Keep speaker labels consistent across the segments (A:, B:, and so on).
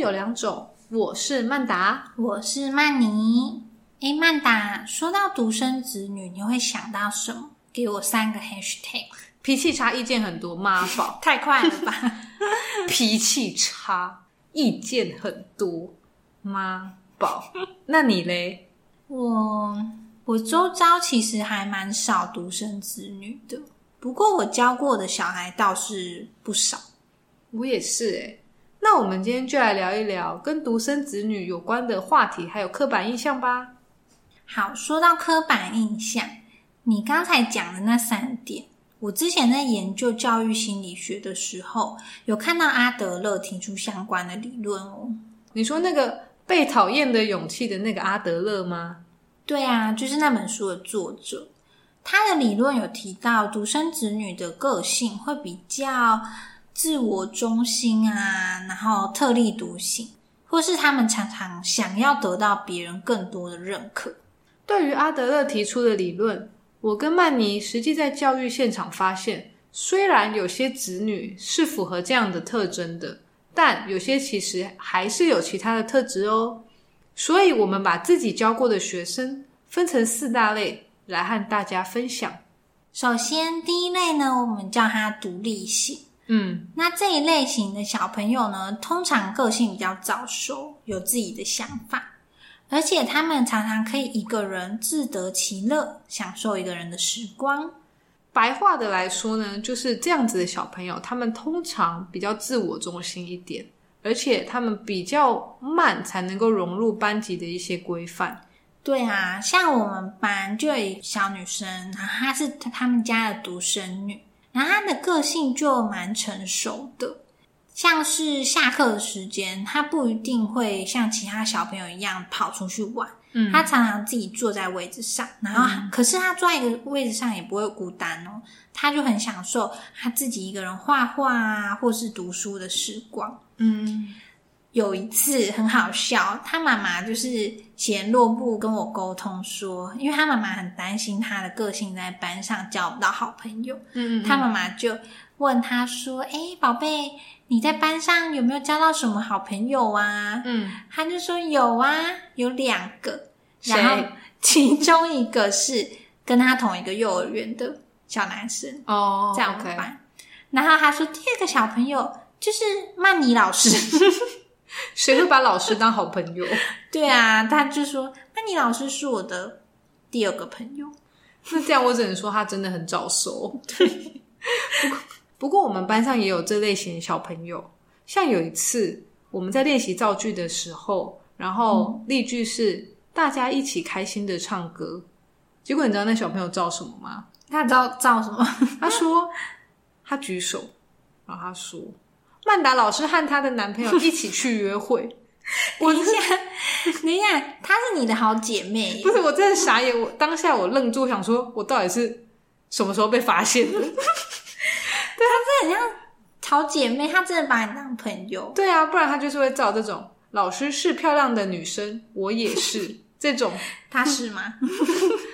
A: 有两种，我是曼达，
B: 我是曼妮。诶，曼达，说到独生子女，你会想到什么？给我三个 hashtag。，
A: 脾气差，意见很多，妈宝
B: 太快了吧！
A: 脾气差，意见很多，妈宝。那你嘞？
B: 我我周遭其实还蛮少独生子女的，不过我教过的小孩倒是不少。
A: 我也是诶、那我们今天就来聊一聊跟独生子女有关的话题，还有刻板印象吧。
B: 好，说到刻板印象，你刚才讲的那三点，我之前在研究教育心理学的时候，有看到阿德勒提出相关的理论哦。
A: 你说那个被讨厌的勇气的那个阿德勒吗？
B: 对啊，就是那本书的作者，他的理论有提到独生子女的个性会比较自我中心啊，然后特立独行，或是他们常常想要得到别人更多的认可。
A: 对于阿德勒提出的理论，我跟曼妮实际在教育现场发现，虽然有些子女是符合这样的特征的，但有些其实还是有其他的特质哦。所以，我们把自己教过的学生分成四大类来和大家分享。
B: 首先，第一类呢，我们叫它独立性。
A: 嗯，
B: 那这一类型的小朋友呢，通常个性比较早熟，有自己的想法，而且他们常常可以一个人自得其乐，享受一个人的时光。
A: 白话的来说呢，就是这样子的小朋友，他们通常比较自我中心一点，而且他们比较慢才能够融入班级的一些规范。
B: 对啊，像我们班就有一个小女生，然后她是他们家的独生女，然后她的个性就蛮成熟的，像是下课的时间，她不一定会像其他小朋友一样跑出去玩，
A: 嗯
B: 她常常自己坐在位置上，然后、可是她坐在一个位置上也不会孤单哦，她就很享受她自己一个人画画啊，或是读书的时光。
A: 嗯，
B: 有一次很好笑，他妈妈就是嫌落布跟我沟通说，因为他妈妈很担心他的个性在班上交不到好朋友，
A: 嗯，
B: 他妈妈就问他说：“哎、宝贝，你在班上有没有交到什么好朋友啊？”
A: 嗯，
B: 他就说：“有啊，有两个，
A: 谁
B: 然后其中一个是跟他同一个幼儿园的小男生，
A: 哦，
B: 在我们
A: OK
B: 班。然后他说第二个小朋友就是曼妮老师。”
A: 谁会把老师当好朋友？
B: 对啊，他就说曼妮老师是我的第二个朋友。
A: 那这样我只能说他真的很早熟。对，不过不过我们班上也有这类型的小朋友，像有一次我们在练习造句的时候，然后例句是、大家一起开心的唱歌，结果你知道那小朋友造什么吗？
B: 他知道造什么？
A: 他说他举手，然后他说曼达老师和她的男朋友一起去约会。
B: 我一下，等一下，她是你的好姐妹耶
A: 不。是，我真的傻眼，我当下我愣住，想说我到底是什么时候被发现 的？
B: 好姐妹，她真的把你当朋友。
A: 对啊，不然他就是会造这种老师是漂亮的女生，我也 是这种
B: 她是 吗？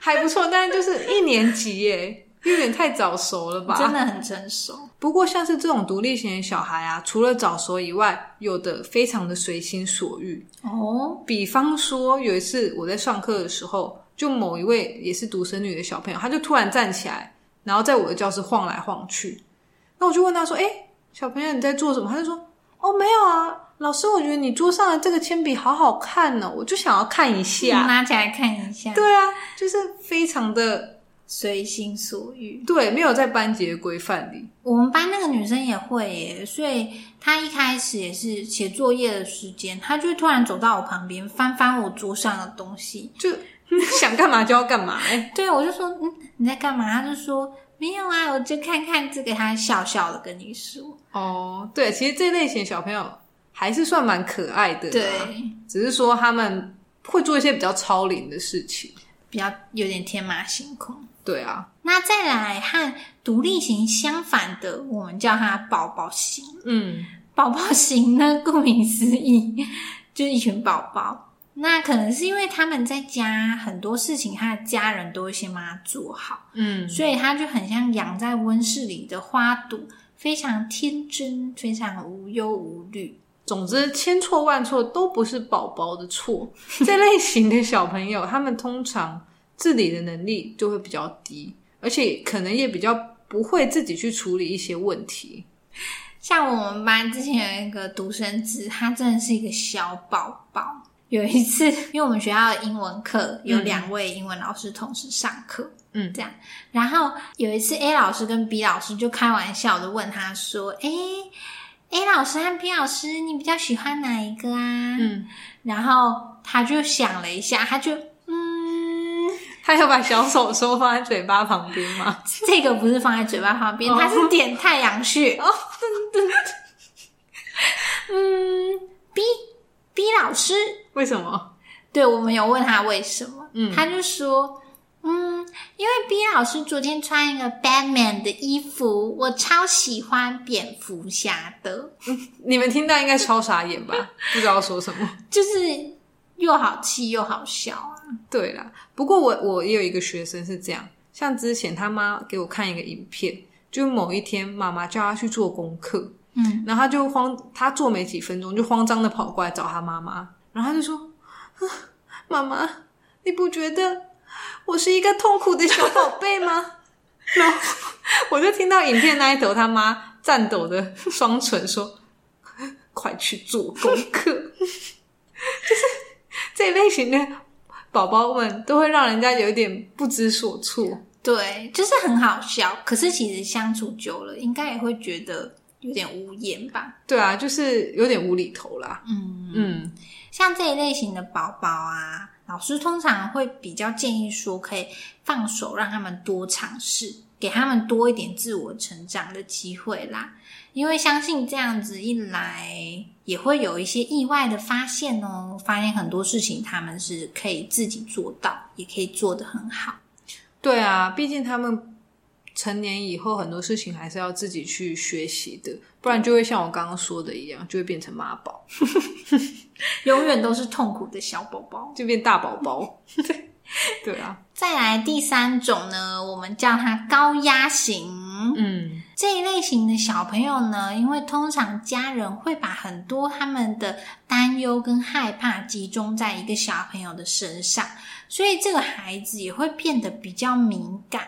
A: 还不错，但是就是一年级耶，有点太早熟了吧？
B: 真的很成熟。
A: 不过像是这种独立型的小孩啊，除了早熟以外，有的非常的随心所欲。
B: 哦，
A: 比方说，有一次我在上课的时候，就某一位也是独生女的小朋友，她就突然站起来，然后在我的教室晃来晃去。那我就问她说：“哎、小朋友你在做什么？”她就说：“哦，没有啊，老师，我觉得你桌上的这个铅笔好好看哦，我就想要看一下。
B: 拿起来看一下。
A: 对啊，就是非常的
B: 随心所欲。
A: 对，没有在班级的规范里。
B: 我们班那个女生也会耶，所以她一开始也是写作业的时间，她就会突然走到我旁边，翻翻我桌上的东西，
A: 就想干嘛就要干嘛、哎，
B: 对，我就说，嗯，你在干嘛？他就说没有啊，我就看看这个。他笑笑的跟你说，
A: 哦，对，其实这类型的小朋友还是算蛮可爱的啦，
B: 对，
A: 只是啊说他们会做一些比较超龄的事情。
B: 比较有点天马行空。
A: 对啊，
B: 那再来和独立型相反的，我们叫它宝宝型。
A: 嗯，
B: 宝宝型呢，顾名思义，就是一群宝宝。那可能是因为他们在家很多事情，他的家人都会先帮他做好，
A: 嗯，
B: 所以他就很像养在温室里的花朵，非常天真，非常无忧无虑。
A: 总之，千错万错都不是宝宝的错。 这类型的小朋友，他们通常自理的能力就会比较低，而且可能也比较不会自己去处理一些问题。
B: 像我们班之前有一个独生子，他真的是一个小宝宝。有一次，因为我们学校的英文课有两位英文老师同时上课，
A: 嗯
B: 这样。然后有一次，A 老师跟 B 老师就开玩笑的问他说：“诶 a 老师和 B 老师，你比较喜欢哪一个啊？”，
A: 嗯，
B: 然后他就想了一下，他就嗯，
A: 他有把小手手放在嘴巴旁边吗？
B: 这个不是放在嘴巴旁边，
A: 哦
B: 它是点太阳穴。哦， 嗯，B B 老师，
A: 为什么？
B: 对我们有问他为什么，
A: 嗯
B: 他就说。嗯，因为 B 老师昨天穿一个 Batman 的衣服，我超喜欢蝙蝠侠的，
A: 你们听到应该超傻眼吧？不知道说什么。
B: 就是又好气又好笑啊。
A: 对啦，不过我我也有一个学生是这样，像之前他妈给我看一个影片，就某一天妈妈叫他去做功课，
B: 嗯，
A: 然后他就慌，他做没几分钟就慌张的跑过来找他妈妈，然后他就说：“ 啊妈妈，你不觉得我是一个痛苦的小宝贝吗？” 然后我就听到影片那一头他妈颤抖的双唇说：“快去做功课。” 就是这类型的宝宝们都会让人家有一点不知所措。
B: 对，就是很好笑。可是其实相处久了，应该也会觉得有点无言吧。
A: 对啊，就是有点无厘头啦。
B: 嗯，
A: 嗯，
B: 像这一类型的宝宝啊，老师通常会比较建议说，可以放手让他们多尝试，给他们多一点自我成长的机会啦。因为相信这样子一来，也会有一些意外的发现哦，发现很多事情他们是可以自己做到，也可以做得很好。
A: 对啊，毕竟他们成年以后很多事情还是要自己去学习的，不然就会像我刚刚说的一样，就会变成妈宝，
B: 永远都是痛苦的小宝宝。
A: 就变大宝宝。 对啊，
B: 再来第三种呢，我们叫它高压型。
A: 嗯，
B: 这一类型的小朋友呢，因为通常家人会把很多他们的担忧跟害怕集中在一个小朋友的身上，所以这个孩子也会变得比较敏感。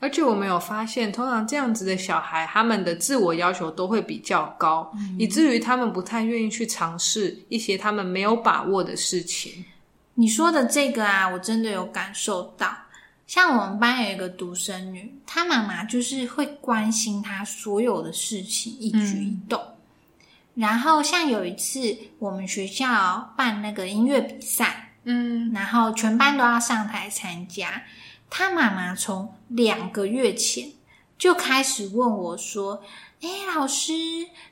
A: 而且我们有发现，通常这样子的小孩，他们的自我要求都会比较高，以至于他们不太愿意去尝试一些他们没有把握的事情。
B: 你说的这个啊，我真的有感受到。像我们班有一个独生女，她妈妈就是会关心她所有的事情，一举一动。然后像有一次，我们学校办那个音乐比赛，
A: 嗯，
B: 然后全班都要上台参加。她妈妈从两个月前就开始问我说：“哎，老师，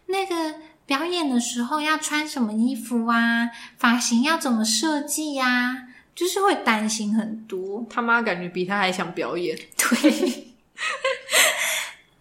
B: 那个表演的时候要穿什么衣服啊？发型要怎么设计呀、就是会担心很多。
A: 他妈感觉比他还想表演。
B: 对，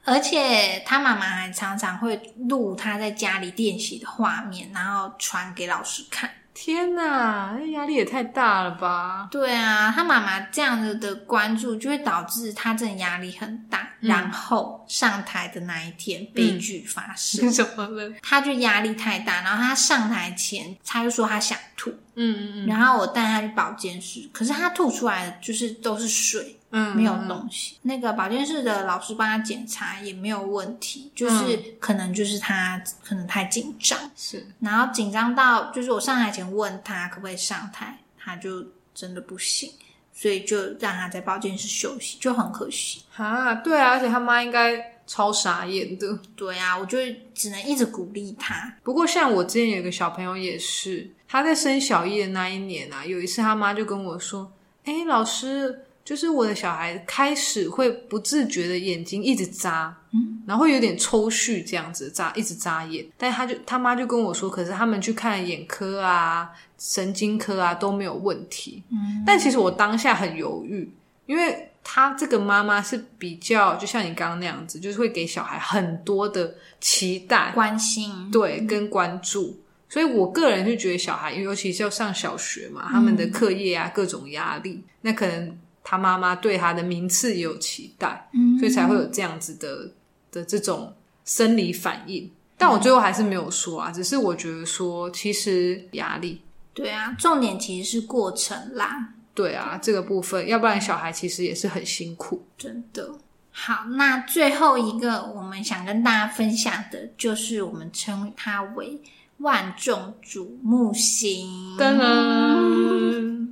B: 而且他妈妈还常常会录他在家里练习的画面，然后传给老师看。
A: 天哪，那压力也太大了吧？
B: 对啊，他妈妈这样子的关注，就会导致他真的压力很大。
A: 嗯
B: 然后上台的那一天，悲剧 发生，
A: 怎么了？
B: 他就压力太大。然后他上台前，他就说他想吐，
A: 嗯嗯嗯
B: 然后我带他去保健室，可是他吐出来的就是都是水，
A: 嗯，
B: 没有
A: 嗯
B: 东西。那个保健室的老师帮他检查也没有问题，
A: 嗯
B: 就是、可能就是他可能太紧张，
A: 是。
B: 然后紧张到就是我上台前问他可不可以上台，他就真的不行，所以就让他在保健室休息，就很可惜。
A: 啊，对啊，而且他妈应该超傻眼的。
B: 对啊，我就只能一直鼓励他。
A: 不过像我之前有一个小朋友也是，他在升小一的那一年啊，有一次他妈就跟我说：“哎，老师，就是我的小孩开始会不自觉的眼睛一直眨，
B: 嗯，
A: 然后有点抽搐这样子眨，一直眨眼。”但他就他妈就跟我说：“可是他们去看眼科啊、神经科啊都没有问题。”
B: 嗯，
A: 但其实我当下很犹豫，因为她这个妈妈是比较，就像你刚刚那样子，就是会给小孩很多的期待，
B: 关心
A: 对，跟关注。所以我个人是觉得小孩，尤其是要上小学嘛，他们的课业啊，各种压力，那可能他妈妈对他的名次也有期待，
B: 嗯
A: 所以才会有这样子的的这种生理反应。但我最后还是没有说啊，只是我觉得说，其实压力，
B: 对啊，重点其实是过程啦，
A: 对啊，这个部分，要不然小孩其实也是很辛苦。
B: 真的。好，那最后一个我们想跟大家分享的，就是我们称它为万众瞩目型。
A: 噔噔，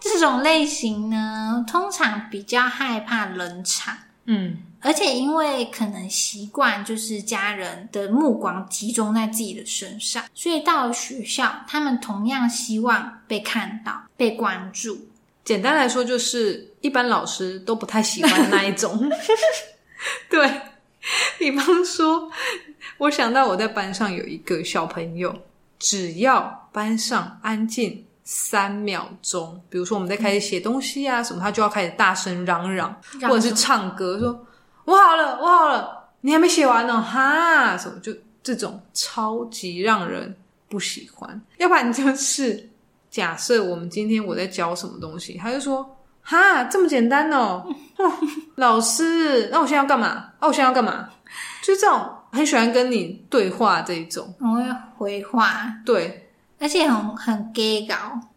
B: 这种类型呢，通常比较害怕冷场，
A: 嗯，
B: 而且因为可能习惯就是家人的目光集中在自己的身上，所以到了学校，他们同样希望被看到、被关注。
A: 简单来说就是，一般老师都不太喜欢那一种。对，比方说，我想到我在班上有一个小朋友，只要班上安静三秒钟，比如说我们在开始写东西啊什么，他就要开始大声嚷嚷，
B: 嚷
A: 或者是唱歌，说“我好了，我好了，你还没写完呢、哈”什么，就这种超级让人不喜欢。要不然就是假设我们今天我在教什么东西，他就说。哈，这么简单哦！哦老师，那我现在要干嘛？哦，我现在要干嘛？就这种很喜欢跟你对话这一种，
B: 我会回话，
A: 对
B: 而且很很 gay 搞。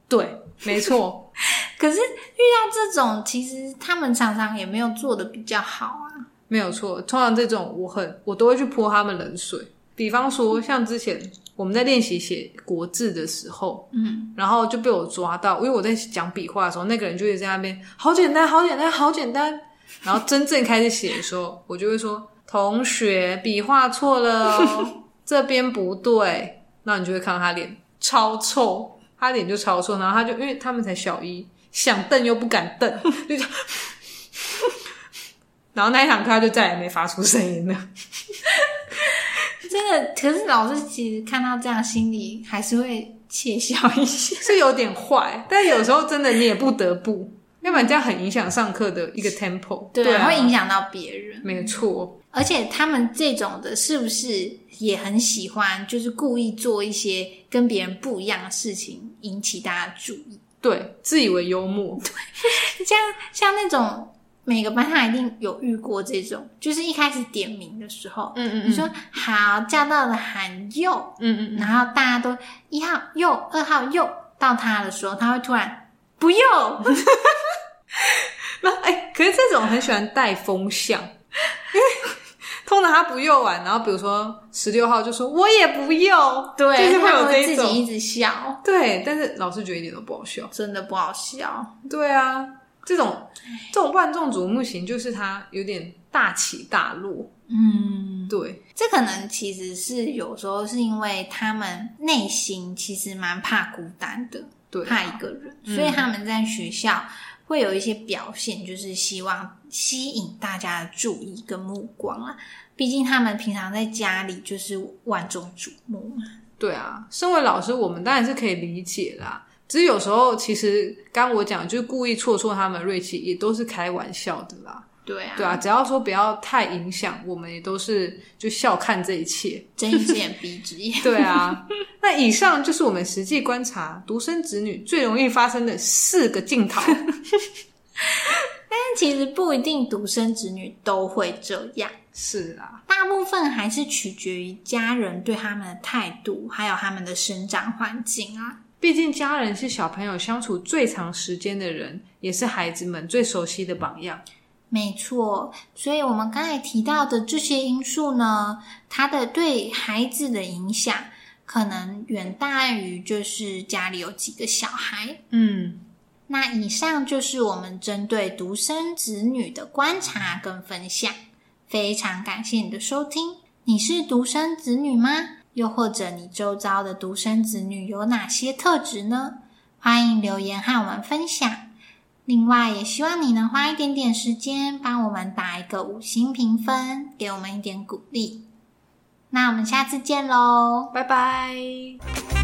A: 对，没错，
B: 可是遇到这种，其实他们常常也没有做的比较好啊。
A: 没有错。通常这种我很我都会去泼他们冷水，比方说像之前我们在练习写国字的时候，
B: 嗯，
A: 然后就被我抓到，因为我在讲笔画的时候，那个人就一直在那边好简单，好简单，好简单。然后真正开始写的时候，我就会说同学笔画错了 哦，这边不对。那你就会看到他脸超臭，他脸就超臭，然后他就因为他们才小一，想瞪又不敢瞪，就这 样然后那一堂课他就再也没发出声音了。
B: 真的。可是老师其实看到这样，心里还是会窃笑一下。
A: 是有点坏，但有时候真的你也不得不，要不然这样很影响上课的一个 tempo。
B: 嗯对啊，
A: 啊，
B: 会影响到别人。
A: 没错，
B: 而且他们这种的，是不是也很喜欢，就是故意做一些跟别人不一样的事情，引起大家注意？
A: 对，自以为幽默，
B: 像像那种每个班上一定有遇过这种，就是一开始点名的时候，
A: 嗯
B: 你说好叫到了喊右，
A: 嗯嗯
B: 然后大家都一号右，二号右，到他的时候，他会突然不右，
A: 那哎、可是这种很喜欢带风向， 因为通常他不用玩，然后比如说十六号就说我也不用，
B: 对，
A: 就是会
B: 他
A: 有
B: 们
A: 这
B: 会
A: 一
B: 自己
A: 种，
B: 一直笑，
A: 对，但是老师觉得一点都不好笑，
B: 真的不好笑。
A: 对啊，这种这种万众瞩目型就是他有点大起大落，
B: 嗯，
A: 对，
B: 这可能其实是有时候是因为他们内心其实蛮怕孤单的，
A: 对
B: 怕一个人，
A: 嗯
B: 所以他们在学校会有一些表现，就是希望吸引大家的注意跟目光啊。毕竟他们平常在家里就是万众瞩目嘛。
A: 对啊，身为老师，我们当然是可以理解啦。只是有时候，其实刚我讲，就是故意挫挫他们的锐气，也都是开玩笑的啦。
B: 对啊，
A: 对啊，只要说不要太影响，我们也都是就笑看这一切。
B: 睁一只眼闭一只眼。
A: 对啊，那以上就是我们实际观察独生子女最容易发生的四个镜头。
B: 但其实不一定独生子女都会这样，
A: 是啊，
B: 大部分还是取决于家人对他们的态度，还有他们的生长环境啊。
A: 毕竟家人是小朋友相处最长时间的人，也是孩子们最熟悉的榜样。
B: 没错，所以我们刚才提到的这些因素呢，它的对孩子的影响可能远大于就是家里有几个小孩。
A: 嗯，
B: 那以上就是我们针对独生子女的观察跟分享，非常感谢你的收听。你是独生子女吗？又或者你周遭的独生子女有哪些特质呢？欢迎留言和我们分享。另外，也希望你能花一点点时间帮我们打一个五星评分，给我们一点鼓励。那我们下次见喽！
A: 拜拜。